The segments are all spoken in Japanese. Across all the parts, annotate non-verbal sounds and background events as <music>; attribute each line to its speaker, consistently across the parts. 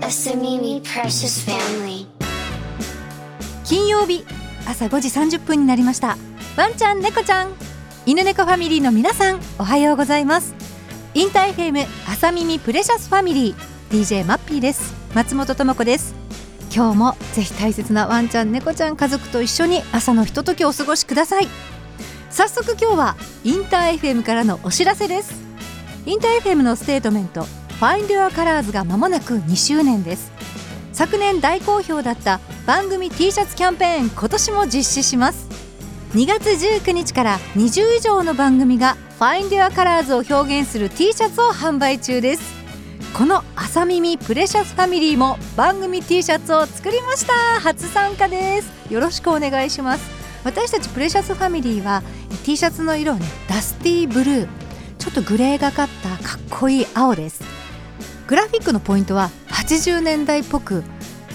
Speaker 1: a Samimi E, precious family.
Speaker 2: 金曜日朝5時30分になりましたワンちゃん猫ちゃん犬猫ファミリーの皆さんおはようございますインターフェム朝耳プレシャスファミリー DJ マッピーです松本智子です今日もぜひ大切なワンちゃん猫ちゃん家族と一緒に朝のひとときをお過ごしください早速今日はインター FM からのお知らせですインター FM のステートメント Find Your Colors が間もなく2周年です昨年大好評だった番組 T シャツキャンペーン今年も実施します2月19日から20以上の番組が Find Your Colors を表現する T シャツを販売中ですこの朝耳プレシャスファミリーも番組 T シャツを作りました初参加ですよろしくお願いします私たちプレシャスファミリーは T シャツの色をねダスティーブルーちょっとグレーがかったかっこいい青ですグラフィックのポイントは80年代っぽく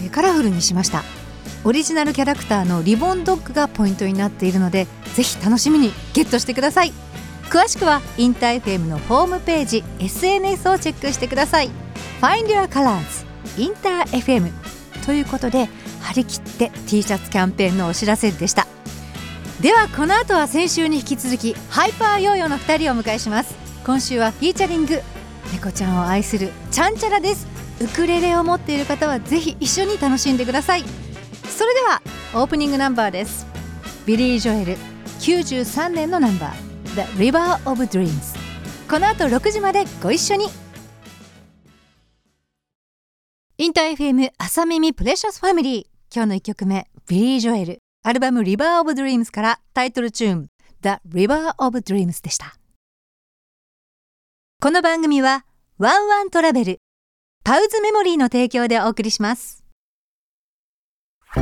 Speaker 2: えーカラフルにしましたオリジナルキャラクターのリボンドッグがポイントになっているのでぜひ楽しみにゲットしてください詳しくはインター FM のホームページ SNS をチェックしてください Find Your Colors インター FM ということで張り切って T シャツキャンペーンのお知らせでしたではこの後は先週に引き続きハイパーヨーヨーの2人をお迎えします今週はフィーチャリング猫ちゃんを愛するちゃんちゃらですウクレレを持っている方はぜひ一緒に楽しんでくださいそれではオープニングナンバーですビリー・ジョエル93年のナンバー The River of Dreams この後6時までご一緒にインター FM 朝耳プレシャスファミリー今日の1曲目ビリー・ジョエルアルバム River of Dreams からタイトルチューン The River of Dreams でしたこの番組はワンワントラベルパウズメモリーの提供でお送りします。
Speaker 1: A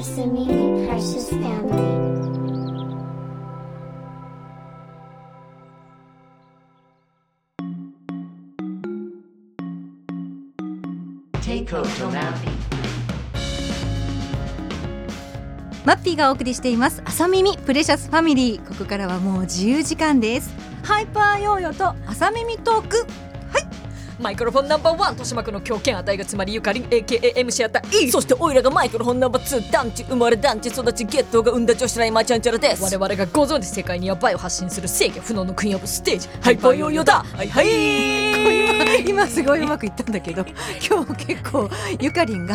Speaker 1: Samimi E, precious family.
Speaker 2: マッピーがお送りしています朝耳プレシャスファミリーここからはもう自由時間ですハイパーヨーヨーと朝耳トーク
Speaker 3: マイクロフォンナンバーワン豊島区の強権値がつまりゆかりん AKAM シアター E そしてオイラがマイクロフォンナンバーツー団地生まれ団地育ちゲットーが生んだ女子ライマーちゃんちゃらです我々がご存知世界にヤバいを発信する正義不能のクイーンオブステージハイパーヨーヨーだはいはい
Speaker 2: <laughs> 今すごいうまくいったんだけど今日結構ゆかりんが、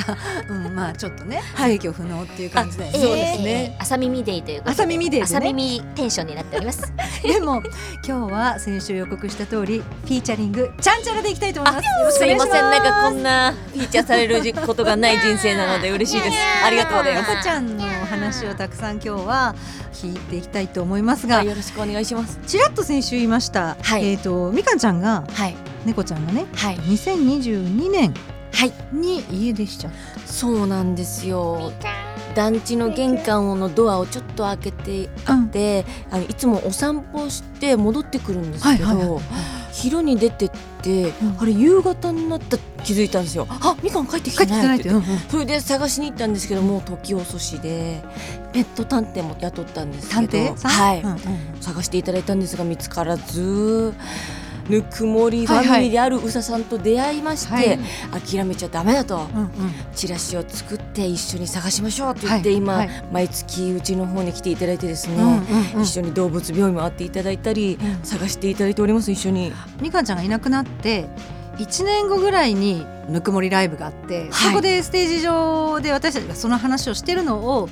Speaker 2: うん、まあちょっとね廃墟不能っていう感じだよね、
Speaker 4: そうですね。朝耳デイということで。
Speaker 2: 朝耳デイでね
Speaker 4: 朝耳テンションになっており
Speaker 3: <laughs>
Speaker 4: ます。
Speaker 2: でも今日は先週予告した通りフィーチャリングちゃんちゃらでいきたいと思いますよろしくお
Speaker 3: す
Speaker 2: 願
Speaker 3: い
Speaker 2: い
Speaker 3: ま
Speaker 2: し
Speaker 3: せん
Speaker 2: ます
Speaker 3: なんかこんなフィーチャーされることがない人生なので嬉しいですありがとうございます
Speaker 2: 猫ちゃんのお話をたくさん今日は聞いていきたいと思いますが
Speaker 3: よろしくお願いします
Speaker 2: ちらっと先週言いました、
Speaker 4: はい
Speaker 2: えっ、とみかんちゃんが
Speaker 4: はい
Speaker 2: 猫ちゃんがね
Speaker 4: はい
Speaker 2: 2022年
Speaker 4: はい。
Speaker 2: に家出しちゃっ
Speaker 3: そうなんですよ団地の玄関のドアをちょっと開けて
Speaker 2: た、うん
Speaker 3: であのいつもお散歩をして戻ってくるんですけど、
Speaker 2: はいはいはい
Speaker 3: 昼に出てって、
Speaker 2: うん
Speaker 3: あれ夕方になった気づいたんですよあみかん帰ってき
Speaker 2: 帰
Speaker 3: て
Speaker 2: ってきて
Speaker 3: な
Speaker 2: ない
Speaker 3: い
Speaker 2: っ
Speaker 3: ってて
Speaker 2: よ、うん
Speaker 3: それで探しに行ったんですけどもう時遅しでペット探偵も雇ったんですけど
Speaker 2: 探偵さん
Speaker 3: はい、
Speaker 2: うんうん
Speaker 3: 探していただいたんですが見つからずぬくもりファミリーであるうささんと出会いまして、
Speaker 2: はい
Speaker 3: 諦めちゃダメだと、
Speaker 2: うんうん
Speaker 3: チラシを作って一緒に探しましょうと言って、
Speaker 2: はい
Speaker 3: 今、
Speaker 2: はい
Speaker 3: 毎月うちの方に来ていただいてですね、
Speaker 2: うんうん
Speaker 3: 一緒に動物病院も会っていただいたり、
Speaker 2: うん
Speaker 3: 探していただいております一緒に
Speaker 2: みかんちゃんがいなくなって1年後ぐらいにぬくもりライブがあって、
Speaker 3: はい
Speaker 2: そこでステージ上で私たちがその話をしてるのを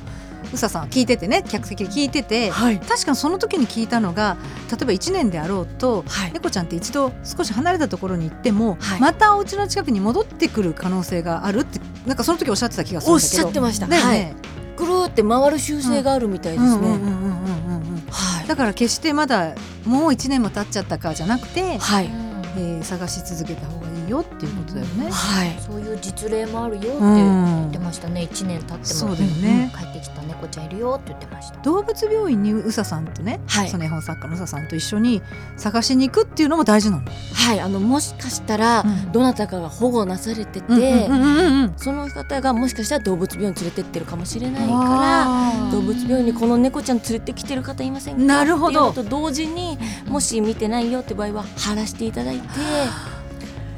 Speaker 2: うささんは聞いててね客席で聞いてて、
Speaker 3: はい
Speaker 2: 確かにその時に聞いたのが例えば1年であろうと
Speaker 3: はい
Speaker 2: 猫ちゃんって一度少し離れたところに行っても、
Speaker 3: はい
Speaker 2: またお家の近くに戻ってくる可能性があるってなんかその時おっしゃってた気がするんだけど
Speaker 3: おっしゃってました
Speaker 2: だよ
Speaker 3: は
Speaker 2: ね
Speaker 3: い、ぐるーって回る習性があるみたいで
Speaker 2: うん
Speaker 3: す
Speaker 2: うん
Speaker 3: ね、
Speaker 2: うんうんうんうんうん
Speaker 3: はい
Speaker 2: だから決してまだもう1年も経っちゃったかじゃなくて、
Speaker 3: はい
Speaker 2: えー探し続けた方がいいよっていうことだよね。
Speaker 3: はい
Speaker 4: そういう実例もあるよって言
Speaker 2: うん
Speaker 4: ってましたね。一年経っても。
Speaker 2: そうだよね
Speaker 4: うん。帰ってきた猫ちゃんいるよって言ってました。
Speaker 2: 動物病院にうささんとね、
Speaker 3: はい
Speaker 2: その絵本作家のうささんと一緒に探しに行くっていうのも大事なの。
Speaker 3: はいあのもしかしたら、
Speaker 2: うん
Speaker 3: どなたかが保護なされてて、
Speaker 2: うんうんうんうんうん
Speaker 3: その方がもしかしたら動物病院連れてってるかもしれないから
Speaker 2: あ
Speaker 3: 動物病院にこの猫ちゃん連れてきてる方いませんか
Speaker 2: なるほど
Speaker 3: っていうのと同時にもし見てないよって場合は晴らしていただいて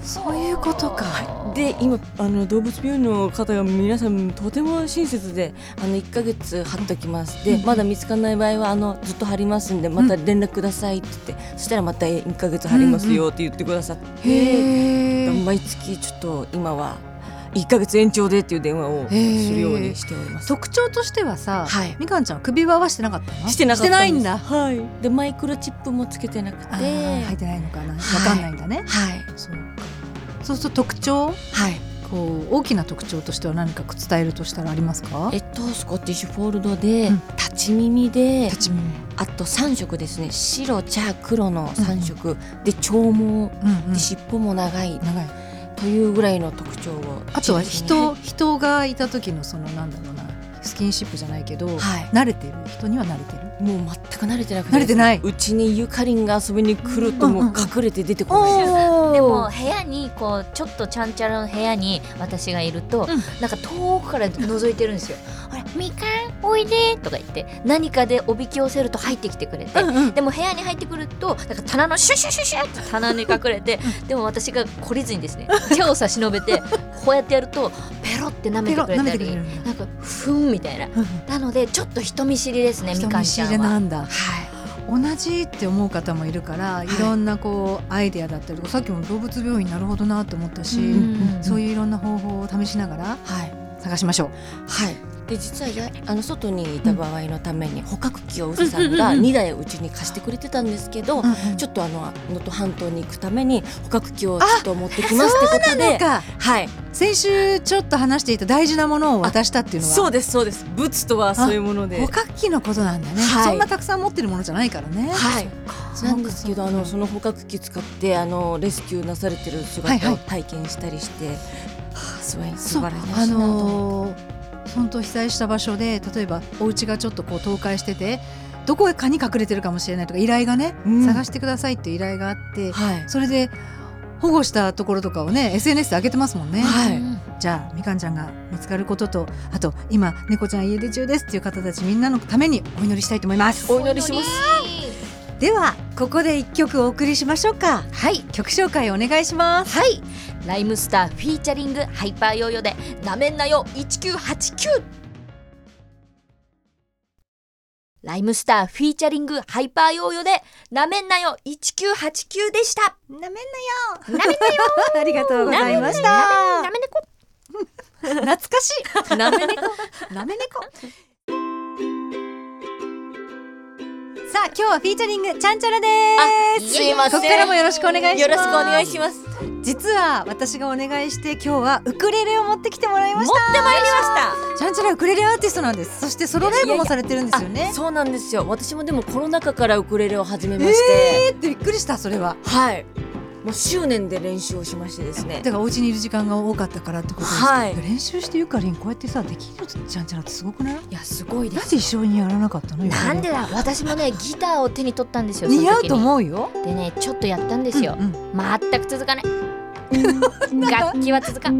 Speaker 2: そういうことか
Speaker 3: で今あの動物病院の方が皆さんとても親切であの1ヶ月貼っときますでまだ見つからない場合はあのずっと貼りますんでまた連絡くださいって言って、そしたらまた1ヶ月貼りますよって言ってくださって、
Speaker 2: へえ
Speaker 3: 毎月ちょっと今は1ヶ月延長でっていう電話をするようにしております。
Speaker 2: 特徴としてはさ、
Speaker 3: はい
Speaker 2: みかんちゃん首輪はしてなかったの
Speaker 3: してなかった
Speaker 2: ないんだ
Speaker 3: はい。でマイクロチップもつけてなくて、
Speaker 2: あ
Speaker 3: は
Speaker 2: ー
Speaker 3: い
Speaker 2: 入ってないのかなわ
Speaker 3: はい
Speaker 2: かんないんだね、そうそうすると特徴
Speaker 3: はい。
Speaker 2: こう大きな特徴としては何か伝えるとしたらありますか
Speaker 3: えっとスコッティッシュフォールドで、
Speaker 2: うん
Speaker 3: 立ち耳で
Speaker 2: 立ち耳
Speaker 3: あと3色ですね白茶黒の3色、で長毛
Speaker 2: うんうん
Speaker 3: で尻尾も長い
Speaker 2: 長い
Speaker 3: というぐらいの特徴を、
Speaker 2: あとは人、
Speaker 3: は
Speaker 2: 人がいた時のそのなんだろうなスキンシップじゃないけど、
Speaker 3: い
Speaker 2: 慣れてる人には慣れてる
Speaker 3: もう全く慣れてなく
Speaker 2: 慣れてないう
Speaker 3: ちにゆかりんが遊びに来ると
Speaker 2: うん
Speaker 3: もう隠れて出てこないです、
Speaker 4: でも部屋にこうちょっとちゃんちゃらの部屋に私がいると、なんか遠くから覗いてるんですよ。ほらみかんおいでとか言って何かでおびき寄せると入ってきてくれて、でも部屋に入ってくるとなんか棚のシュシュシュシュって棚に隠れてでも私が懲りずにですね手を差し伸べてこうやってやるとペロって舐
Speaker 2: ペ
Speaker 4: めて
Speaker 2: ロ
Speaker 4: くれ
Speaker 2: 舐めて
Speaker 4: た
Speaker 2: くれ
Speaker 4: り
Speaker 2: るんだ
Speaker 4: なんかふんみたいななのでちょっと人見知りですねみ
Speaker 2: 人
Speaker 4: かん
Speaker 2: 見
Speaker 4: ち
Speaker 2: 知
Speaker 4: ゃ
Speaker 2: り
Speaker 4: んは。
Speaker 2: なんだ同じって思う方もいるからいろんなこうアイデアだったりとかさっきも動物病院なるほどなと思ったし、
Speaker 4: うん
Speaker 2: そういういろんな方法を試しながら
Speaker 3: はい
Speaker 2: 探しましょう
Speaker 3: はいで実はやあの外にいた場合のために捕獲器をうずさんが2台うちに貸してくれてたんですけど、ち
Speaker 2: ょっ
Speaker 3: ょっとあの能登半島に行くために捕獲器をちょっと持ってきますってことで
Speaker 2: か
Speaker 3: はい
Speaker 2: 先週ちょっと話していた大事なものを渡したっていうのは
Speaker 3: そうですそうです物とはそういうもので
Speaker 2: 捕獲器のことなんだね、
Speaker 3: はい
Speaker 2: そんなたくさん持ってるものじゃないからね。
Speaker 3: はい
Speaker 2: そうか
Speaker 3: なんですけどあのその捕獲器使ってあのレスキューなされてる
Speaker 2: はいは
Speaker 3: 姿
Speaker 2: い
Speaker 3: を体験したりして、はあすごい
Speaker 2: そ
Speaker 3: 素
Speaker 2: う
Speaker 3: 晴らしいなと
Speaker 2: あのー本当被災した場所で例えばお家がちょっとこう倒壊しててどこかに隠れてるかもしれないとか依頼がね、
Speaker 3: うん
Speaker 2: 探してくださいっていう依頼があって
Speaker 3: はい
Speaker 2: それで保護したところとかをね SNS で上げてますもんね、
Speaker 3: は
Speaker 4: う
Speaker 3: い
Speaker 4: ん
Speaker 2: じゃあみかんちゃんが見つかることとあと今猫ちゃん家出中ですっていう方たちみんなのためにお祈りしたいと思います
Speaker 3: お祈りします
Speaker 2: ではここで一曲お送りしましょうか
Speaker 4: はい
Speaker 2: 曲紹介お願いします
Speaker 4: はいライムスターフィーチャリングハイパーヨーヨーで「なめんなよ1989」ライムスターフィーチャリングハイパーヨーヨーで「なめんなよ1989」でした
Speaker 2: なめんなよ
Speaker 4: なめんなよ
Speaker 2: <laughs> ありがとうございました
Speaker 4: なめんなこ
Speaker 2: 懐かしいなめ猫なめ猫さあ今日はフィーチャリングちゃんちゃらです
Speaker 4: すいません
Speaker 2: ここからもよろしくお願いします
Speaker 3: よろしくお願いします
Speaker 2: 実は私がお願いして今日はウクレレを持ってきてもらいまし
Speaker 3: ってまいりま
Speaker 2: たちゃんちゃらウクレレアーティストなんですそしてソロライブもされてるんですよね
Speaker 3: あそうなんですよ私もでもコロナ禍からウクレレを始めまして、
Speaker 2: えーってびっくりしたそれは
Speaker 3: はいもう執念で練習をしましてですね
Speaker 2: だからお家にいる時間が多かったからってことですけど、
Speaker 3: はい
Speaker 2: 練習してゆかりんこうやってさできるちゃんちゃらってすごくない
Speaker 3: いやすごいで
Speaker 2: なん
Speaker 3: す
Speaker 2: で一緒にやらなかったのよ
Speaker 4: なんでだ私もねギターを手に取ったんですよ
Speaker 2: 似合うと
Speaker 4: う
Speaker 2: 思うよ
Speaker 4: でねちょっとやったんですよ、
Speaker 2: うんうん
Speaker 4: 全く続かない楽器は続かん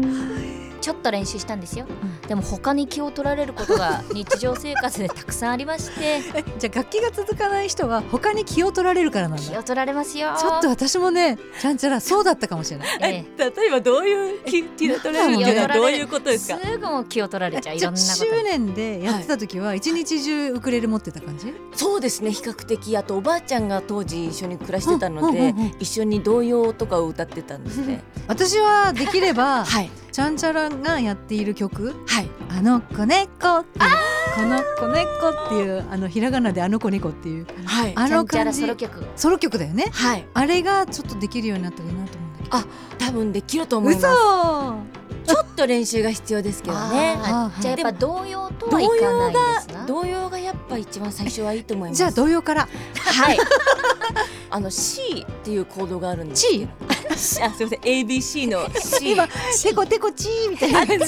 Speaker 4: ちょっと練習したんですよ、でも他に気を取られることが日常生活でたくさんありまして
Speaker 2: じゃあ楽器が続かない人は他に気を取られるからなんだ
Speaker 4: 気
Speaker 2: ちょ
Speaker 4: を取られますよ
Speaker 2: っと私もねちゃんちゃらそうだったかも
Speaker 4: <laughs>
Speaker 2: しれない
Speaker 4: え
Speaker 3: 例えばどういう気気を取られるっていうのはどういうこと
Speaker 4: え
Speaker 3: です
Speaker 4: す
Speaker 3: か
Speaker 4: ぐもう気を取られちゃうい
Speaker 2: じゃ
Speaker 4: ろん
Speaker 2: あ
Speaker 4: なこ
Speaker 2: 執
Speaker 4: とに
Speaker 2: 念でやってた時は一日中ウクレレ持ってた感じ、
Speaker 3: そうですね比較的あとおばあちゃんが当時一緒に暮らしてたので、
Speaker 2: うんうんうんうん
Speaker 3: 一緒に童謡とかを歌ってたんですね
Speaker 2: 私はできれ
Speaker 4: <laughs>
Speaker 2: ば、
Speaker 3: はい
Speaker 2: ちゃんちゃらがやっている曲
Speaker 3: はい
Speaker 2: 「あの子猫」っていうこの子猫っていうあのひらがなで「あの子猫」っていう
Speaker 3: はい
Speaker 2: あ
Speaker 4: ちゃ
Speaker 2: の
Speaker 4: んちゃ
Speaker 2: 感
Speaker 4: ら
Speaker 2: じ
Speaker 4: ソロ曲
Speaker 2: ソロ曲だよね
Speaker 3: はい
Speaker 2: あれがちょっとできるようになったらいいなと思うんだけど
Speaker 3: 多分できると思います
Speaker 2: 嘘
Speaker 3: ちょっと練習が必要ですけどね
Speaker 4: あーじゃあやっぱ童謡とはいかないですな
Speaker 3: 童謡がやっぱ一番最初はいいと思います
Speaker 2: じゃあ童謡から
Speaker 3: はい <laughs> あの C っていうコードがあるんですけどあすいません ABC の C
Speaker 2: 今「テコテコチー」みたいな感じ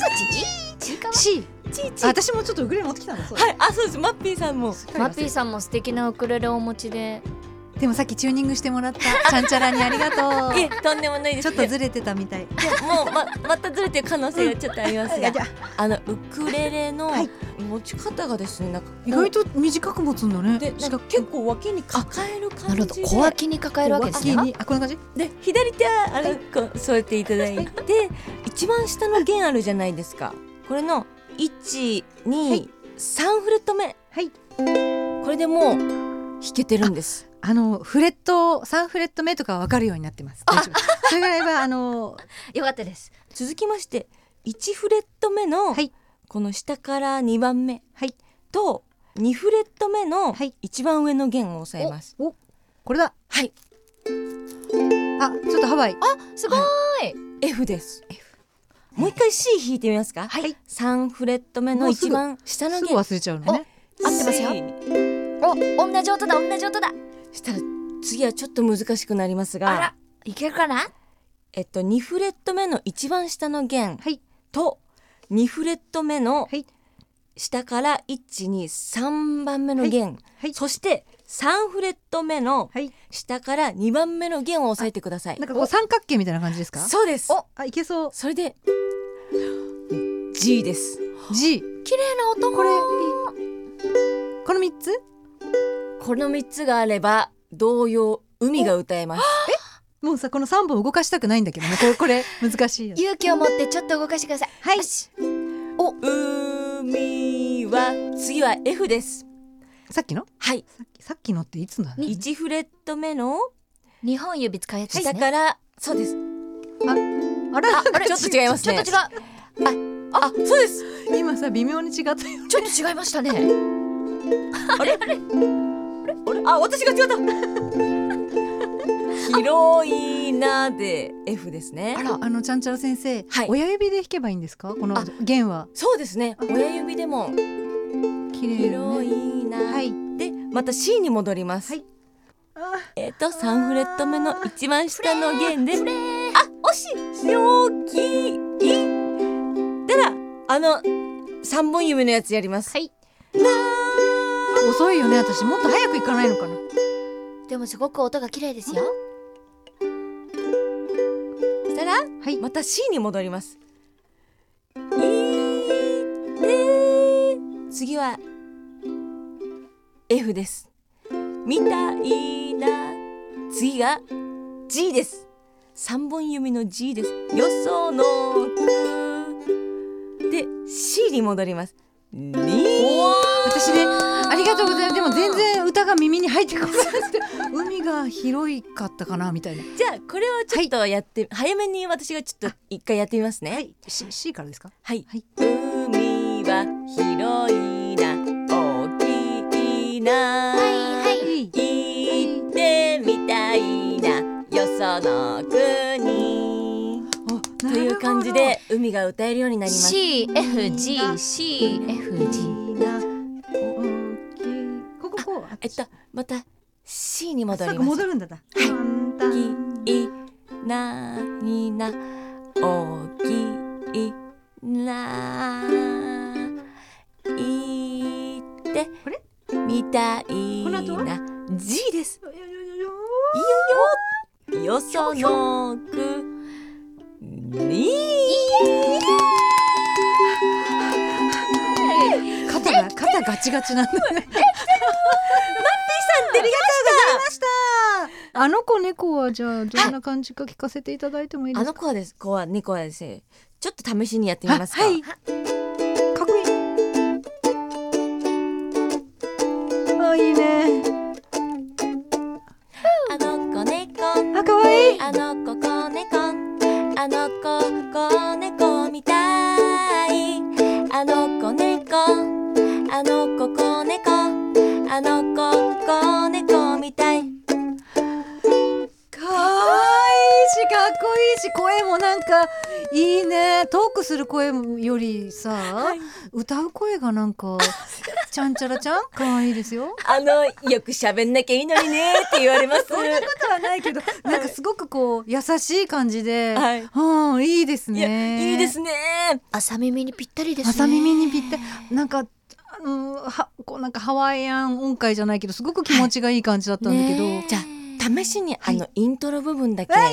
Speaker 4: ちいかわ
Speaker 2: C
Speaker 3: ちいち
Speaker 2: あ
Speaker 3: はい
Speaker 2: 私もちょっとウクレレ持ってきたんだそう
Speaker 3: あそうですマッピーさんも
Speaker 4: マッピーさんも素敵なウクレレをお持ちで
Speaker 2: でもさっきチューニングしてもらったちゃんちゃらにありがと
Speaker 3: いうえとんでもないで
Speaker 2: ち
Speaker 3: す
Speaker 2: ょっとずれてたみたい
Speaker 3: でももうままたずれてる可能性がちょっとありますが、あのウクレレの
Speaker 2: はい
Speaker 3: 持ち方がですねなんかこう
Speaker 2: 意外と短く持つんだね
Speaker 3: でなんか結構脇に抱える
Speaker 4: な
Speaker 3: 感
Speaker 4: るほど
Speaker 3: じで
Speaker 4: 小脇に抱えるわけですね
Speaker 2: 脇にあこんな感じ
Speaker 3: で左手はあのこう添えていただいて一番下の弦あるじゃないですかこれの123、2 3フレット目、
Speaker 2: はい
Speaker 3: これでもう弾けてるんです
Speaker 2: あのフレット三フレット目とかは分かるようになってます大丈夫それぐらいはあの
Speaker 4: よかったです
Speaker 3: 続きまして1フレット目の
Speaker 2: はい
Speaker 3: この下から2番目
Speaker 2: はい
Speaker 3: と2フレット目の
Speaker 2: はい
Speaker 3: 一番上の弦を押さえます、
Speaker 2: おこれだ
Speaker 3: はい
Speaker 2: あちょっとハワイ
Speaker 4: すごい、
Speaker 3: F ですもう一回 C 弾いてみますか、
Speaker 2: はい
Speaker 3: 3フレット目の
Speaker 2: もうす
Speaker 3: 一
Speaker 2: ぐ
Speaker 3: 番下の
Speaker 2: すぐ
Speaker 3: 弦
Speaker 2: 忘れちゃうのね
Speaker 4: 合ってますよ
Speaker 3: C
Speaker 4: お同じ音だ同じ音だ
Speaker 3: したら次はちょっと難しくなります
Speaker 4: あ
Speaker 3: が
Speaker 4: らいけるかな
Speaker 3: えっと2フレット目の一番下の弦
Speaker 2: はい
Speaker 3: と2フレット目の
Speaker 2: はい
Speaker 3: 下から123番目の弦、
Speaker 2: はい
Speaker 3: そして3フレット目の
Speaker 2: はい
Speaker 3: 下から2番目の弦を押さえてください
Speaker 2: なんかこう三角形みたいな感じですか
Speaker 3: そうです
Speaker 2: あいけそう
Speaker 3: それで G です
Speaker 2: G
Speaker 4: 綺麗な音
Speaker 2: これこの三つ
Speaker 3: この3つがあれば同様海が歌えます
Speaker 2: もうさこの三本動かしたくないんだけ
Speaker 3: <laughs>
Speaker 2: どねこれこれ難しいよ
Speaker 4: 勇気を持ってちょっと動かしてください
Speaker 2: はい
Speaker 3: 海は次は F です
Speaker 2: さっきの
Speaker 3: はい
Speaker 2: さっきさっきのっていつなの
Speaker 3: 1フレット目の
Speaker 4: 二本指使うやつです
Speaker 3: 下
Speaker 4: ね
Speaker 3: から、そうです
Speaker 2: あら
Speaker 4: あれ
Speaker 3: ちょっと違いますね
Speaker 4: ちょっと違う
Speaker 3: あそうです
Speaker 2: 今さ微妙に違ったよ
Speaker 4: ちょっと違いましたね
Speaker 3: あ私が違った <laughs> 広いなで F ですね
Speaker 2: あらあのちゃんちゃら先生、
Speaker 3: はい
Speaker 2: 親指で弾けばいいんですかこの
Speaker 3: あ
Speaker 2: 弦は
Speaker 3: そうですね親指でも
Speaker 2: 綺麗よ
Speaker 3: 広
Speaker 2: ね
Speaker 3: いな、
Speaker 2: はい
Speaker 3: でまた C に戻ります、
Speaker 2: はいあ
Speaker 3: えっ、と3フレット目の一番下の弦であ惜しいよきいたらあの三本指のやつやります
Speaker 4: はい
Speaker 2: 遅いよね私もっと早く行かないのかな
Speaker 4: でもすごく音が綺麗ですよ
Speaker 3: したら
Speaker 2: はい
Speaker 3: また C に戻ります。次は F です。みたいな次が G です。三本指の G です。よそのくで C に戻ります。に
Speaker 2: 私ねありがとうございますでも全然歌が耳に入ってこなくて海が広いかったかなみたいな
Speaker 3: じゃあこれをちょっとやって、早めに私がちょっと一回やってみますね。
Speaker 2: はい、C, C からですか
Speaker 3: はい、
Speaker 2: はい
Speaker 3: 海は広いな大きいな、
Speaker 1: はい
Speaker 3: 行ってみたいなよその国
Speaker 2: お
Speaker 3: と
Speaker 2: なるほど
Speaker 3: いう感じで海が歌えるようになります
Speaker 4: CFGCFG
Speaker 2: こここう
Speaker 3: えっとまた C に戻
Speaker 2: 戻
Speaker 3: り
Speaker 2: る
Speaker 3: ます
Speaker 2: 戻るんだだ
Speaker 3: い
Speaker 2: は
Speaker 3: きいなになおきいないって
Speaker 2: あれ
Speaker 3: みたい
Speaker 2: この後
Speaker 3: な
Speaker 2: は
Speaker 3: G ですいいよよよそのくに
Speaker 2: 肩が肩ガチガチなんだよ
Speaker 3: <laughs>
Speaker 2: ねあの子猫はじゃあどんな感じか聞かせていただいてもいいで
Speaker 3: あ
Speaker 2: す
Speaker 3: の
Speaker 2: か
Speaker 3: 子はです子は猫はですねちょっと試しにやってみますか
Speaker 2: はいかっこいいあいいね
Speaker 3: あの子猫
Speaker 2: あかわいい
Speaker 3: あの子子猫あの子子猫みたいあの子猫あの子子猫あの子子猫みたい
Speaker 2: かわいいしかっこいいし声もなんかいいねトークする声よりさ、歌う声がなんかちゃんちゃらちゃんかわいいですよ。
Speaker 3: あのよく喋んなきゃいいのにねって言われます
Speaker 2: <laughs> ことはないけど <laughs> なんかすごくこう優しい感じで、
Speaker 3: はい
Speaker 2: うんいいです
Speaker 3: いや
Speaker 2: ね。
Speaker 3: いいですね
Speaker 4: 朝耳にぴったりですね
Speaker 2: 朝耳にぴったりなんかあのはこうなんかハワイアン音階じゃないけどすごく気持ちがいい感じだったんだけど、
Speaker 4: ねえ
Speaker 3: じゃあ試しに、
Speaker 2: はい
Speaker 3: あのイントロ部分だけ
Speaker 2: わあやっ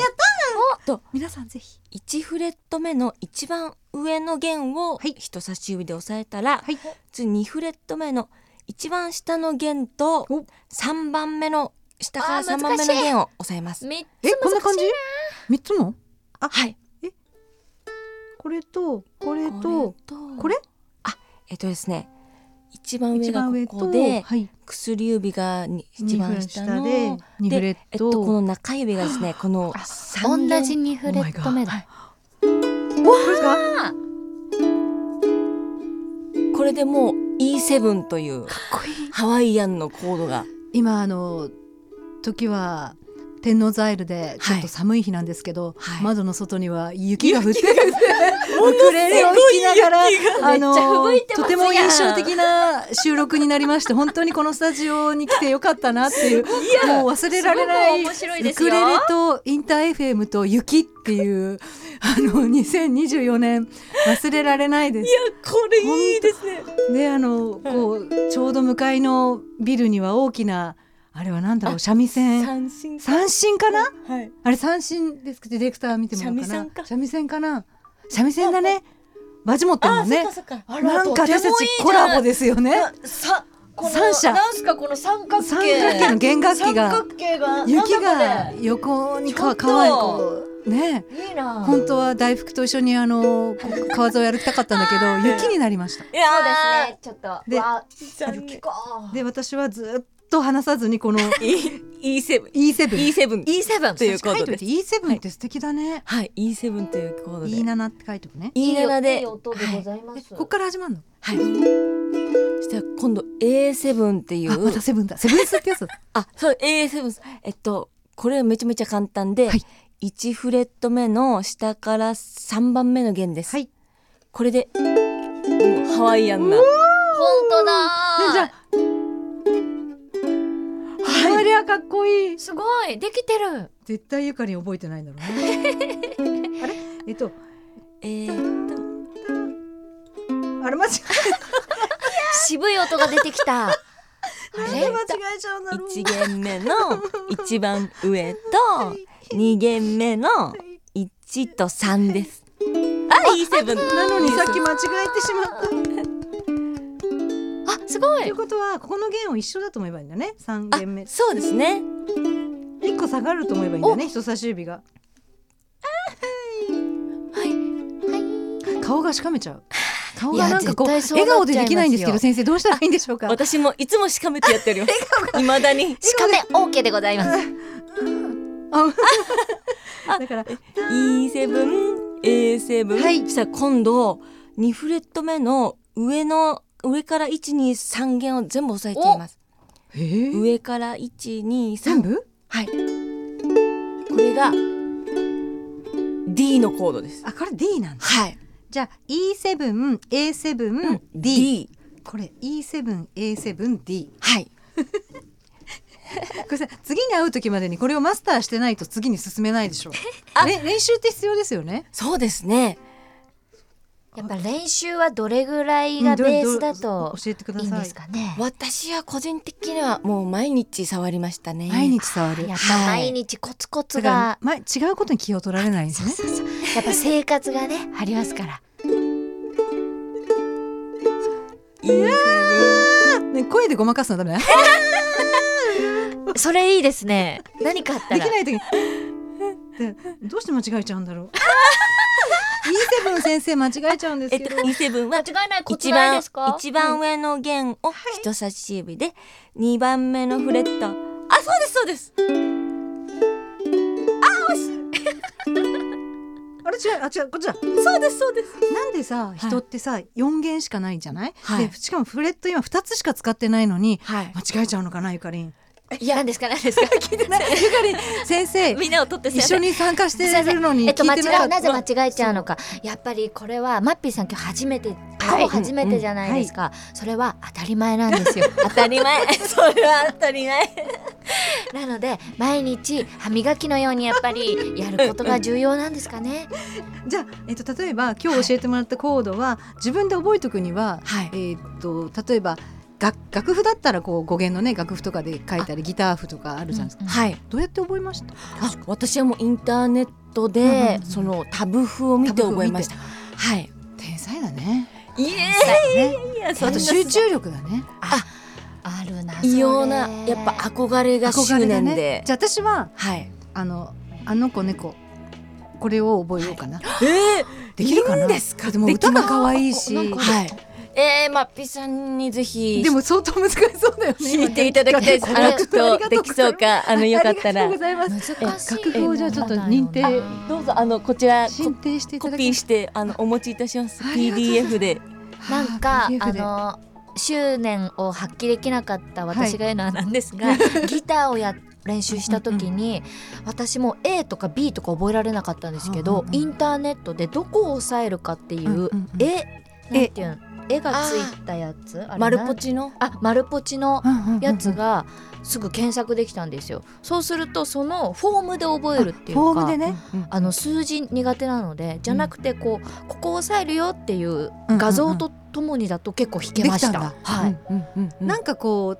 Speaker 2: 皆さんぜひ
Speaker 3: 1フレット目の一番上の弦を
Speaker 2: はい
Speaker 3: 人差し指で押さえたら、
Speaker 2: はい
Speaker 3: 次2フレット目の一番下の弦と
Speaker 2: お
Speaker 3: 3番目の下から
Speaker 4: あー
Speaker 3: 3番目の
Speaker 4: 難しい
Speaker 3: 弦を押さえます。
Speaker 4: めっ
Speaker 2: えこんな感じ三つも
Speaker 3: はい。
Speaker 2: これとこれ
Speaker 3: ことれと
Speaker 2: これ
Speaker 3: えっとですね一番上
Speaker 2: 一
Speaker 3: が
Speaker 2: 番上
Speaker 3: こことで
Speaker 2: はい
Speaker 3: 薬指がに一番下の
Speaker 2: で二フレッ
Speaker 3: えっとこ
Speaker 2: ト
Speaker 3: の中指がですねこの
Speaker 4: 同
Speaker 3: 三弦
Speaker 4: じ2フレット目だ
Speaker 2: これですか
Speaker 3: これでもう E7 というハワイアンのコードが
Speaker 2: 今あの時は天王ザイルでちょっと寒い日なんですけど、
Speaker 3: はい
Speaker 2: 窓の外には雪が降って <laughs> るウクレレを弾きながらあ
Speaker 4: めっちゃ吹
Speaker 2: の
Speaker 4: いてますや
Speaker 2: と
Speaker 4: ん
Speaker 2: ても印象的な収録になりまして本当にこのスタジオに来てよかったなっていうもう忘れられない
Speaker 4: すごく面白いで
Speaker 2: ウ
Speaker 4: すよ
Speaker 2: クレレとインター FM と雪っていうあの2024年忘れられないです。
Speaker 3: これいいですね
Speaker 2: であのこうちょうど向かいのビルには大きなあれはなんだろう三味線
Speaker 3: 三振
Speaker 2: 三振かな
Speaker 3: はい
Speaker 2: あれ三振ですかディレクター見てもらおうか
Speaker 3: 三味
Speaker 2: な
Speaker 3: 線か
Speaker 2: 三味線かな三味線だねバジ持ってるもんね
Speaker 4: そっか
Speaker 2: なんか私たちコラボですよね
Speaker 4: さこの
Speaker 2: 三者
Speaker 4: なんすかこの三角形
Speaker 2: 三角形の弦楽器が
Speaker 4: 三角形が
Speaker 2: 雪
Speaker 4: なん
Speaker 2: が
Speaker 4: だこ
Speaker 2: 横に
Speaker 4: ちょ
Speaker 2: か
Speaker 4: っと
Speaker 2: 可愛いこうね
Speaker 4: れいいな
Speaker 2: 本当は大福と一緒にあのこう川沿い歩きたかったんだけど雪になりました
Speaker 3: いや
Speaker 4: そうですねちょっと
Speaker 2: で
Speaker 4: わ
Speaker 3: 残念
Speaker 4: 雪か
Speaker 2: で私はずっと話さずにこの
Speaker 3: E7
Speaker 2: E7
Speaker 3: E7
Speaker 4: E7
Speaker 3: というコ
Speaker 2: 書
Speaker 3: ー
Speaker 2: い
Speaker 3: ド
Speaker 2: とい
Speaker 3: で
Speaker 2: て
Speaker 3: す
Speaker 2: E7 って素敵だね
Speaker 3: はい E7 というコードで
Speaker 2: E7 って書いておくね
Speaker 4: いい
Speaker 3: E7 で
Speaker 4: いい音でございます
Speaker 2: ここから始まるの
Speaker 3: はいそしたら今度 A7 ってい
Speaker 2: あま
Speaker 3: う
Speaker 2: たセブンだセブンスってやつだ
Speaker 3: あ、そう、A7。えっと、これはめちゃめちゃ簡単で、
Speaker 2: はい
Speaker 3: 1フレット目の下から3番目の弦です。
Speaker 2: はい
Speaker 3: これで、もうハワイアンな。
Speaker 4: 本当だ
Speaker 2: でじゃあこりゃかっこいい
Speaker 4: すごいできてる
Speaker 2: 絶対ゆかりん覚えてないんだろうね <laughs> あれえっと
Speaker 3: えーっと、
Speaker 2: あれ間違
Speaker 4: 渋い音が出てきたあ
Speaker 2: え
Speaker 4: れ
Speaker 2: 間違えちゃうんだろう
Speaker 3: 1弦目の一番上と、2弦目の1と3です。あ、E7。
Speaker 2: なのにさっき間違えてしまった
Speaker 4: あすご
Speaker 2: と
Speaker 4: い
Speaker 2: いうことはここの弦を一緒だと思えばいいんだね三弦目
Speaker 3: そうですね。
Speaker 2: 一個下がると思えばいいんだね人差し指が
Speaker 4: はい
Speaker 2: 顔がしかめちゃう顔
Speaker 4: い
Speaker 2: が
Speaker 4: や
Speaker 2: なんかこう
Speaker 4: 絶対そうな
Speaker 2: 笑
Speaker 4: っちゃ
Speaker 2: 顔でで
Speaker 4: い
Speaker 2: きないんですけ
Speaker 4: ま
Speaker 2: ど
Speaker 4: す
Speaker 2: 先生どうしたらいいんでしょうか
Speaker 3: <laughs> 私もいつもしかめてやってるよ。いまだに。
Speaker 4: しかめ OK でございます
Speaker 2: だから
Speaker 3: E7、A7、
Speaker 2: はい
Speaker 3: そしたら今度2フレット目の上の上から123弦を全部押さえています
Speaker 2: えー
Speaker 3: 上から123
Speaker 2: 全部
Speaker 3: はいこれが D のコードです
Speaker 2: あこれ D なんだ
Speaker 3: はい
Speaker 2: じゃあ E7、A7、D。
Speaker 3: D
Speaker 2: これ E7、A7、D。
Speaker 3: はい
Speaker 2: これさ次に会う時までにこれをマスターしてないと次に進めないでし
Speaker 4: <laughs>
Speaker 2: ょう。ね練習って必要ですよね。
Speaker 3: そうですね
Speaker 4: やっぱ練習はどれぐらいがベースだ
Speaker 2: うんど
Speaker 4: と
Speaker 2: う教えてくだ
Speaker 4: いいん
Speaker 2: さ
Speaker 4: で
Speaker 2: い
Speaker 4: す。かね
Speaker 3: 私は個人的にはもう毎日触りましたね
Speaker 2: 毎日触る。
Speaker 4: や
Speaker 2: だ
Speaker 4: っ
Speaker 2: か
Speaker 4: ぱ毎日コツコツ
Speaker 2: ら
Speaker 4: が
Speaker 2: 前違うことに気を取られないんですね。
Speaker 4: そうそうやっぱ生活がねありますから
Speaker 3: いや
Speaker 2: ね声でごまかすのはダメだ。
Speaker 4: それいいですね何かあった
Speaker 2: でき
Speaker 4: ら
Speaker 2: ない時に。でどうして間違えちゃうんだ
Speaker 4: <laughs>
Speaker 2: ろう。E7 先生間違えちゃうんです
Speaker 3: えっ
Speaker 2: け
Speaker 3: と
Speaker 2: ど。
Speaker 3: E7
Speaker 4: 間
Speaker 3: は
Speaker 4: 違いないコツ
Speaker 3: 一
Speaker 4: ないで
Speaker 3: 番
Speaker 4: すか
Speaker 3: 一番上の弦を人差し指で、二番目のフレット。あ、そうですそうです。
Speaker 2: あれ違うあ違うこっちだ。
Speaker 3: そうですそうです。
Speaker 2: なんでさ人ってさ4弦しかないじゃない、
Speaker 3: はい
Speaker 2: でしかもフレット今2つしか使ってないのに
Speaker 3: はい。
Speaker 2: 間違えちゃうのかなゆかりん
Speaker 4: いや何ですか何ですか <laughs> 聞いてない
Speaker 2: ゆかりん先
Speaker 4: <laughs>
Speaker 2: 生
Speaker 4: みんなを取って
Speaker 2: 一緒に参加してるのに聞い
Speaker 4: えっ
Speaker 2: て
Speaker 4: と、
Speaker 2: な
Speaker 4: 間
Speaker 2: かった、
Speaker 4: 違うなぜ間違えちゃうのかやっぱりこれはマッピーさん今日初めてほぼ初めてじゃないですか、それは当たり前なん <laughs> ですよ
Speaker 3: 当たり前。 <laughs> それは当たり前。
Speaker 4: <laughs> なので毎日歯磨きのようにやっぱりやることが重要なんですかね
Speaker 2: じゃあ、えっと、例えば今日教えてもらったコードは、自分で覚えとくには、
Speaker 3: はい。
Speaker 2: えっと例えば楽楽譜だったらこう語源のね楽譜とかで書いたりギター譜とかあるじゃないですか、
Speaker 3: はい
Speaker 2: どうやって覚えました
Speaker 3: あ私はもうインターネットで、そのタブ譜を見て
Speaker 2: タブ譜を見
Speaker 3: 覚
Speaker 2: て
Speaker 3: えましたはい
Speaker 2: 天才だね
Speaker 5: いえ
Speaker 2: ね
Speaker 5: いや
Speaker 2: あと集中力だね
Speaker 4: あるな
Speaker 3: 異様な
Speaker 4: それ
Speaker 3: やっぱ憧れが執
Speaker 2: 憧れだ
Speaker 3: 念で
Speaker 2: ねじゃあ私は
Speaker 3: はい
Speaker 2: あのあの子猫これを覚えようかな、
Speaker 3: ええ
Speaker 2: できるかない
Speaker 3: いんですか
Speaker 2: でも
Speaker 3: でき
Speaker 2: 歌
Speaker 3: ます
Speaker 2: が可愛いし
Speaker 4: なんか
Speaker 3: はいえー、まっぴさんにぜひ
Speaker 2: でも相当難しそうだよね
Speaker 3: 弾いていただきたいです
Speaker 2: 今ね
Speaker 3: あのとできそうかあのよかった
Speaker 2: あ
Speaker 3: ら
Speaker 2: りがとうございます
Speaker 4: 難しい
Speaker 2: 楽譜をじゃあちょっと認定
Speaker 3: どうぞあのこちら
Speaker 2: 進呈してい
Speaker 3: コ
Speaker 2: た
Speaker 3: コ
Speaker 2: だ
Speaker 3: ピ
Speaker 2: き
Speaker 3: ーしてあのお持ちいたします
Speaker 2: ありがとうございます
Speaker 3: PDF で
Speaker 4: なんかあ
Speaker 2: PDF で
Speaker 4: の執念を発揮できなかった私が言うのはなんですが、 <laughs> ギターをや練習した時に私も A とか B とか覚えられなかったんですけ
Speaker 2: う
Speaker 4: ど
Speaker 2: んうんうん
Speaker 4: インターネットでどこを押さえるかっていう、
Speaker 2: うんうんうん
Speaker 4: 絵なんていうの絵がついたやつあれ
Speaker 3: 丸
Speaker 4: なん
Speaker 3: ポチの
Speaker 4: あ丸ポチの
Speaker 2: うんうんうん
Speaker 4: やつがすぐ検索できたんですよそうするとそのフォームで覚えるっていうか
Speaker 2: フォームでね
Speaker 4: あの数字苦手なのでじゃなくてこう、ここを押さえるよっていう画像とともにだと結構弾けました。
Speaker 2: できたんだ
Speaker 4: はい、
Speaker 3: うんうんうん
Speaker 2: なんかこう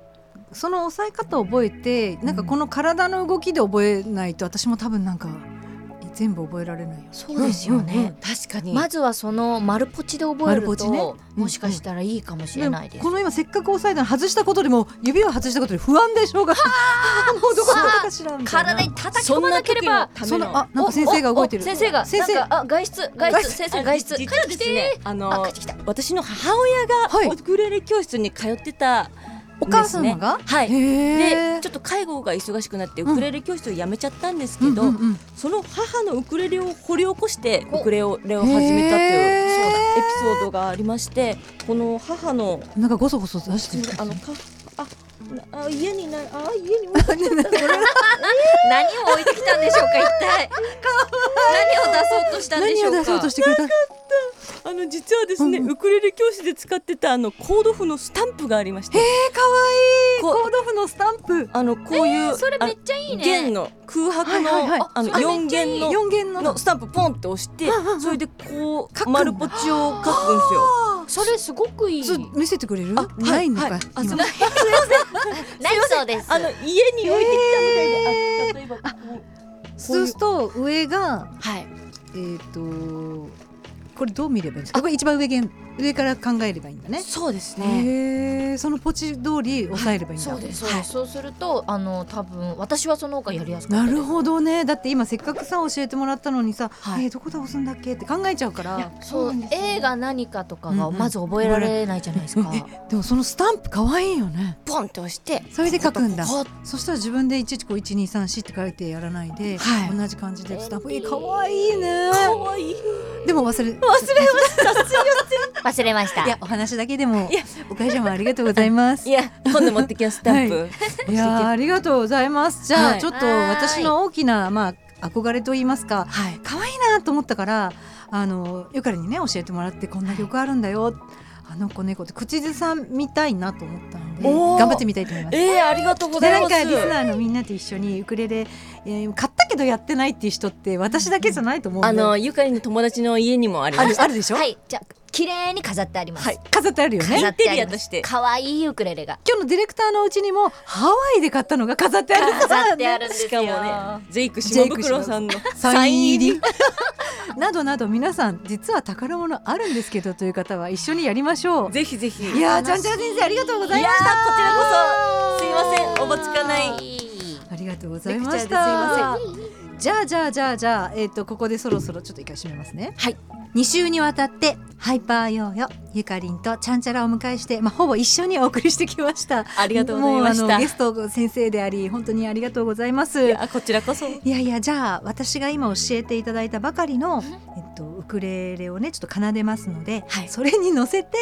Speaker 2: その押さえ方を覚えてなんかこの体の動きで覚えないと私も多分なんか全部覚えられないよ
Speaker 4: そうですよね、
Speaker 3: うんうんうん確かに
Speaker 4: まずはその丸ポチで覚え
Speaker 2: 丸
Speaker 4: る
Speaker 2: ポチ
Speaker 4: と、
Speaker 2: ね
Speaker 4: もしかしたらいいかもしれないで
Speaker 2: も
Speaker 4: す。
Speaker 2: この今せっかく押さえたの外したことでも指を外したことで不安でしょうがもうどこだったかしらみたいな
Speaker 4: 体に叩き込まなければ
Speaker 2: そんなあなんか先生が動いてる
Speaker 4: おおお先生が
Speaker 2: 先生
Speaker 4: なんかあ外出外
Speaker 2: 外
Speaker 4: 出
Speaker 2: 出
Speaker 4: 先生外出帰
Speaker 3: 実は
Speaker 4: って
Speaker 3: で
Speaker 4: きて
Speaker 3: すねあ
Speaker 4: あ
Speaker 3: の
Speaker 4: 帰ってきた
Speaker 3: 私の母親が
Speaker 2: はい
Speaker 3: ウクレレ教室に通ってたんです
Speaker 2: お
Speaker 3: ね、
Speaker 2: 母様が
Speaker 3: はい
Speaker 2: へ
Speaker 3: で
Speaker 2: え
Speaker 3: ちょっと介護が忙しくなって
Speaker 2: ん
Speaker 3: ウクレレ教室を辞めちゃったんですけど、
Speaker 2: うんうんうん
Speaker 3: その母のウクレレを掘り起こして
Speaker 4: お
Speaker 3: ウクレレを始めたと
Speaker 2: へ
Speaker 3: いう
Speaker 2: ー
Speaker 3: そうだエピソードがありましてこの母の
Speaker 2: なんかごそごそ出してる
Speaker 3: あのかああ家にないあ家に置いてきた
Speaker 4: 何を置いてきたんでしょうか一体何を出そうとしたんで
Speaker 2: <laughs>
Speaker 4: し
Speaker 2: 何
Speaker 4: ょ
Speaker 2: を出
Speaker 4: うか
Speaker 2: そうとしてくれた
Speaker 3: あの実はですね、
Speaker 2: うん
Speaker 3: ウクレレ教室で使ってたあのコード譜のスタンプがありまして
Speaker 2: えー、かわいい
Speaker 3: こ
Speaker 2: コード譜のスタンプ
Speaker 3: あのこういう、
Speaker 4: それめっちゃいいね
Speaker 3: 弦の空白の,、
Speaker 2: はいはいはい
Speaker 3: あの4弦の
Speaker 2: 四弦の
Speaker 3: のスタンプポンって押してそれでこ
Speaker 2: 書く
Speaker 3: うん
Speaker 2: だ
Speaker 3: 丸ポチを書くんですよ。
Speaker 4: それすごくいい
Speaker 2: そう見せてくれる
Speaker 3: あ
Speaker 2: ないの
Speaker 3: は
Speaker 2: か
Speaker 3: いあ
Speaker 2: 今
Speaker 3: すいません
Speaker 4: ないそうです
Speaker 3: あの家に置いてきたみたいで、あ例えばこうこう
Speaker 2: そう
Speaker 3: い
Speaker 2: す
Speaker 3: う
Speaker 2: ると上が
Speaker 3: はい
Speaker 2: えっ、とこれどう見ればいいんですかこれ一番上弦上から考えればいいんだね
Speaker 3: そうですね。
Speaker 2: へえそのポチ通り押さえればいいんだ、
Speaker 4: そうですそうです、そうするとあの多分私はその方がやりやすかっ
Speaker 2: な
Speaker 4: たです
Speaker 2: るほどねだって今せっかくさ教えてもらったのにさ、
Speaker 3: はい
Speaker 2: えーどこで押すんだっけって考えちゃうから
Speaker 4: そう A が何かとか
Speaker 2: うん
Speaker 4: が
Speaker 2: うん
Speaker 4: まず覚えられないじゃないですか、
Speaker 2: でもそのスタンプ可愛いよね
Speaker 3: ポンって押して
Speaker 2: それで書くんだ
Speaker 3: こう
Speaker 2: そしたら自分でいちいちこう1234って書いてやらないで、
Speaker 3: はい
Speaker 2: 同じ感じでスタンプえ
Speaker 4: 便利
Speaker 2: ー可愛いね
Speaker 3: 可愛いい。
Speaker 2: でも忘れ忘れ
Speaker 4: <laughs> 忘れました
Speaker 2: いやお話だけでも
Speaker 3: いや
Speaker 2: お会社もありがとうございます
Speaker 3: <laughs> いや今度持ってきますスタンプ。
Speaker 2: はいいやーありがとうございますじゃあ、
Speaker 3: はい
Speaker 2: ちょっと
Speaker 4: はーい
Speaker 2: 私の大きなまあ憧れと言いますか
Speaker 3: はい。
Speaker 2: 可愛いなと思ったからあのゆかりにね教えてもらってこんな曲あるんだよ、あの子猫って口ずさんみたいなと思ったんで
Speaker 3: おー
Speaker 2: 頑張ってみたいと思います
Speaker 3: えー、ありがとうご
Speaker 2: で
Speaker 3: ざ
Speaker 2: な
Speaker 3: いま
Speaker 2: ん
Speaker 3: す。
Speaker 2: かリスナーのみんなと一緒にウクレレ、えー買ったけどやってないっていう人って私だけじゃないと思うんで、
Speaker 3: あのゆかりの友達の家にもありま
Speaker 2: あ
Speaker 3: す。
Speaker 2: るあるでしょ、
Speaker 4: はいじゃあ綺麗に飾ってあります、
Speaker 2: はい飾ってあるよね
Speaker 4: 飾ってあり
Speaker 3: インテリア
Speaker 4: ま
Speaker 3: と
Speaker 4: す
Speaker 3: して
Speaker 4: 可愛いウクレレが
Speaker 2: 今日のディレクターのうちにもハワイで買ったのが飾ってある
Speaker 4: 飾ってあるんです
Speaker 3: し
Speaker 4: よ
Speaker 3: かもねジェイク島袋さんの
Speaker 2: サイン入り <laughs> などなど皆さん実は宝物あるんですけどという方は一緒にやりましょう
Speaker 3: ぜひぜひ。
Speaker 2: いやー
Speaker 4: 楽しい
Speaker 2: ちゃんちゃん先生ありがとうござい
Speaker 3: いや
Speaker 2: ま
Speaker 3: ー
Speaker 2: し
Speaker 3: こ
Speaker 2: た
Speaker 3: ちらこそすいませんおぼつかない。
Speaker 2: ありがとうございまし
Speaker 3: レクチャ
Speaker 2: たじゃあじゃあじゃあじゃあえっ、とここでそろそろちょっと一回締めますね
Speaker 3: はい
Speaker 2: 2週にわたってハイパーヨーヨゆかりんとちゃんちゃらをお迎えしてまあほぼ一緒にお送りしてきました
Speaker 3: ありがとうございました
Speaker 2: もうあのゲスト先生であり本当にありがとうございます
Speaker 3: いやこちらこそ。
Speaker 2: いやいやじゃあ私が今教えていただいたばかりの、えっと、ウクレレをねちょっと奏でますので、
Speaker 3: はい
Speaker 2: それに乗せて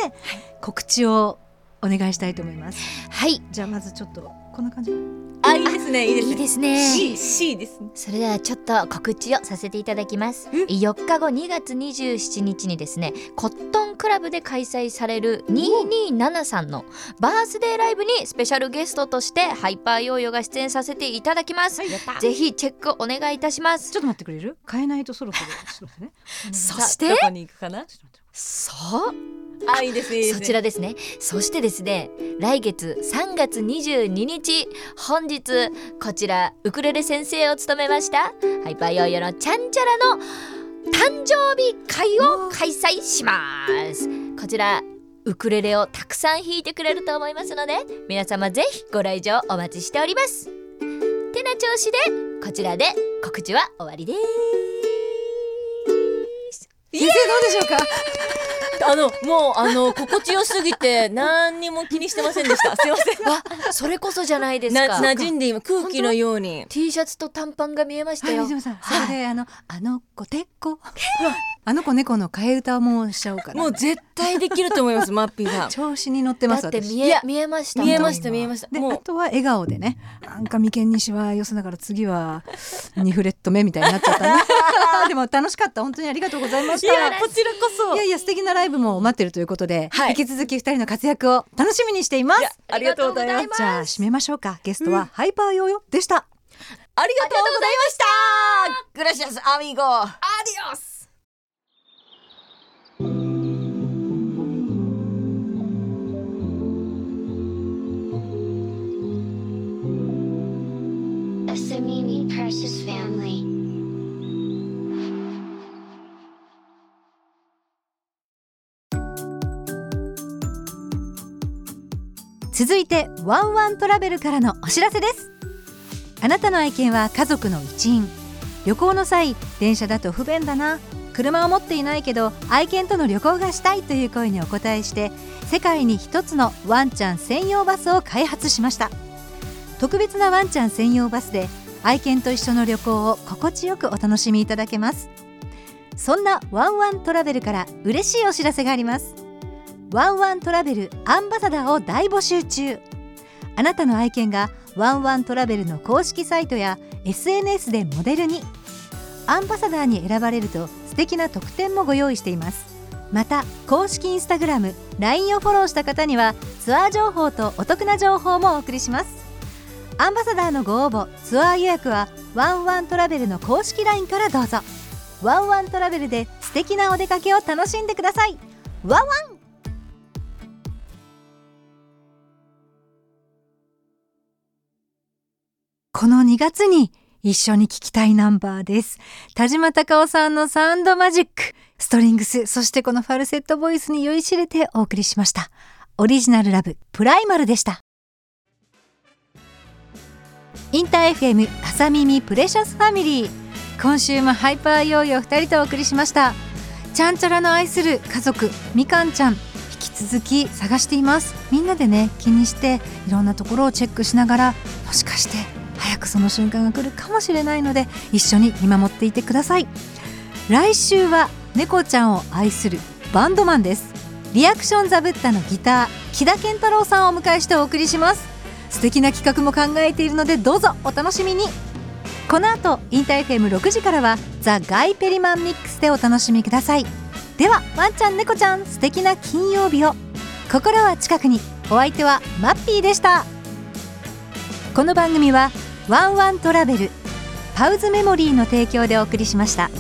Speaker 2: 告知をお願いしたいと思います。
Speaker 4: はい
Speaker 2: じゃあまずちょっとこんな感じ。
Speaker 3: あいいですねいいです
Speaker 4: いい
Speaker 3: ね。
Speaker 4: ですね
Speaker 3: C C ですね。
Speaker 4: それではちょっと告知をさせていただきます4日後2月27日にですねコットンクラブで開催される227さんのバースデーライブにスペシャルゲストとしてハイパーヨーヨーが出演させていただきます、ぜひチェックお願いいたします
Speaker 2: ちょっと待ってくれる？変えないとそろそろちょっと待ってね。
Speaker 3: そ
Speaker 4: そして
Speaker 3: どこに行くかな。
Speaker 5: そう
Speaker 3: あいいですいいです
Speaker 4: そちらですねそしてですね来月3月22日本日こちらウクレレ先生を務めましたハイパーヨーヨーのちゃんちゃらの誕生日会を開催しますこちらウクレレをたくさん弾いてくれると思いますので皆様ぜひご来場お待ちしておりますてな調子でこちらで告知は終わりです
Speaker 2: 先生どうでしょうか
Speaker 3: <laughs> あのもうあの心地よすぎて何にも気にしてませんで <laughs> したすいません
Speaker 4: あそれこそじゃないです
Speaker 3: な
Speaker 4: か
Speaker 3: 馴染んで今空気のように
Speaker 4: T シャツと短パンが見えました
Speaker 2: はい
Speaker 4: よ、
Speaker 2: 水野さんそれであのあの子てっこ <laughs> あの子猫の替え歌もしちゃおうかな
Speaker 3: もう絶対できると思いますマッピーさん
Speaker 2: 調子に乗ってます
Speaker 4: だって
Speaker 2: 私
Speaker 4: 見
Speaker 3: い
Speaker 4: え
Speaker 3: や
Speaker 4: 見えました
Speaker 3: 見えました
Speaker 4: 本当
Speaker 3: 見
Speaker 4: に
Speaker 3: えました
Speaker 2: で
Speaker 3: も
Speaker 2: あ
Speaker 3: う
Speaker 2: とは笑顔でねなんか眉間にしわ寄せながら次は二フレット目みたいになっちゃった
Speaker 3: <laughs>
Speaker 2: ねでも楽しかった本当にありがとうございました
Speaker 3: こちらこそ
Speaker 2: いやいや素敵なライブも待ってるということで、
Speaker 3: はい
Speaker 2: 引き続き二人の活躍を楽しみにしています
Speaker 3: ありがとうございます
Speaker 2: じゃあ締めましょうかゲストはハイパーヨーヨーでした、
Speaker 3: ありがとうございましたグラシアスアミゴ
Speaker 1: A Samimi E, Precious Family.
Speaker 2: 続いてワンワントラベルからのお知らせですあなたの愛犬は家族の一員旅行の際電車だと不便だな車を持っていないけど愛犬との旅行がしたいという声にお応えして世界に一つのワンちゃん専用バスを開発しました特別なワンちゃん専用バスで愛犬と一緒の旅行を心地よくお楽しみいただけますそんなワンワントラベルから嬉しいお知らせがありますワンワントラベルアンバサダーを大募集中あなたの愛犬がワンワントラベルの公式サイトや SNS でモデルにアンバサダーに選ばれると素敵な特典もご用意していますまた公式インスタグラム LINE をフォローした方にはツアー情報とお得な情報もお送りしますアンバサダーのご応募ツアー予約はワンワントラベルの公式 LINE からどうぞワンワントラベルで素敵なお出かけを楽しんでくださいワンワンこの2月に一緒に聞きたいナンバーです。田島隆夫さんのサウンドマジック、ストリングス、そしてこのファルセットボイスに酔いしれてお送りしました。オリジナルラブ、プライマルでした。インター FM 朝耳プレシャスファミリー。今週もハイパーヨーヨー2人とお送りしました。ちゃんちゃらの愛する家族、みかんちゃん。引き続き探していますみんなでね気にしていろんなところをチェックしながらもしかして早くその瞬間が来るかもしれないので一緒に見守っていてください来週は猫ちゃんを愛するバンドマンですリアクションザブッタのギター木田健太郎さんをお迎えしてお送りします素敵な企画も考えているのでどうぞお楽しみにこの後インター FM6 時からはザ・ガイ・ペリマンミックスでお楽しみくださいではワンちゃん猫ちゃん素敵な金曜日を心は近くにお相手はマッピーでしたこの番組はワンワントラベルパウズメモリーの提供でお送りしました。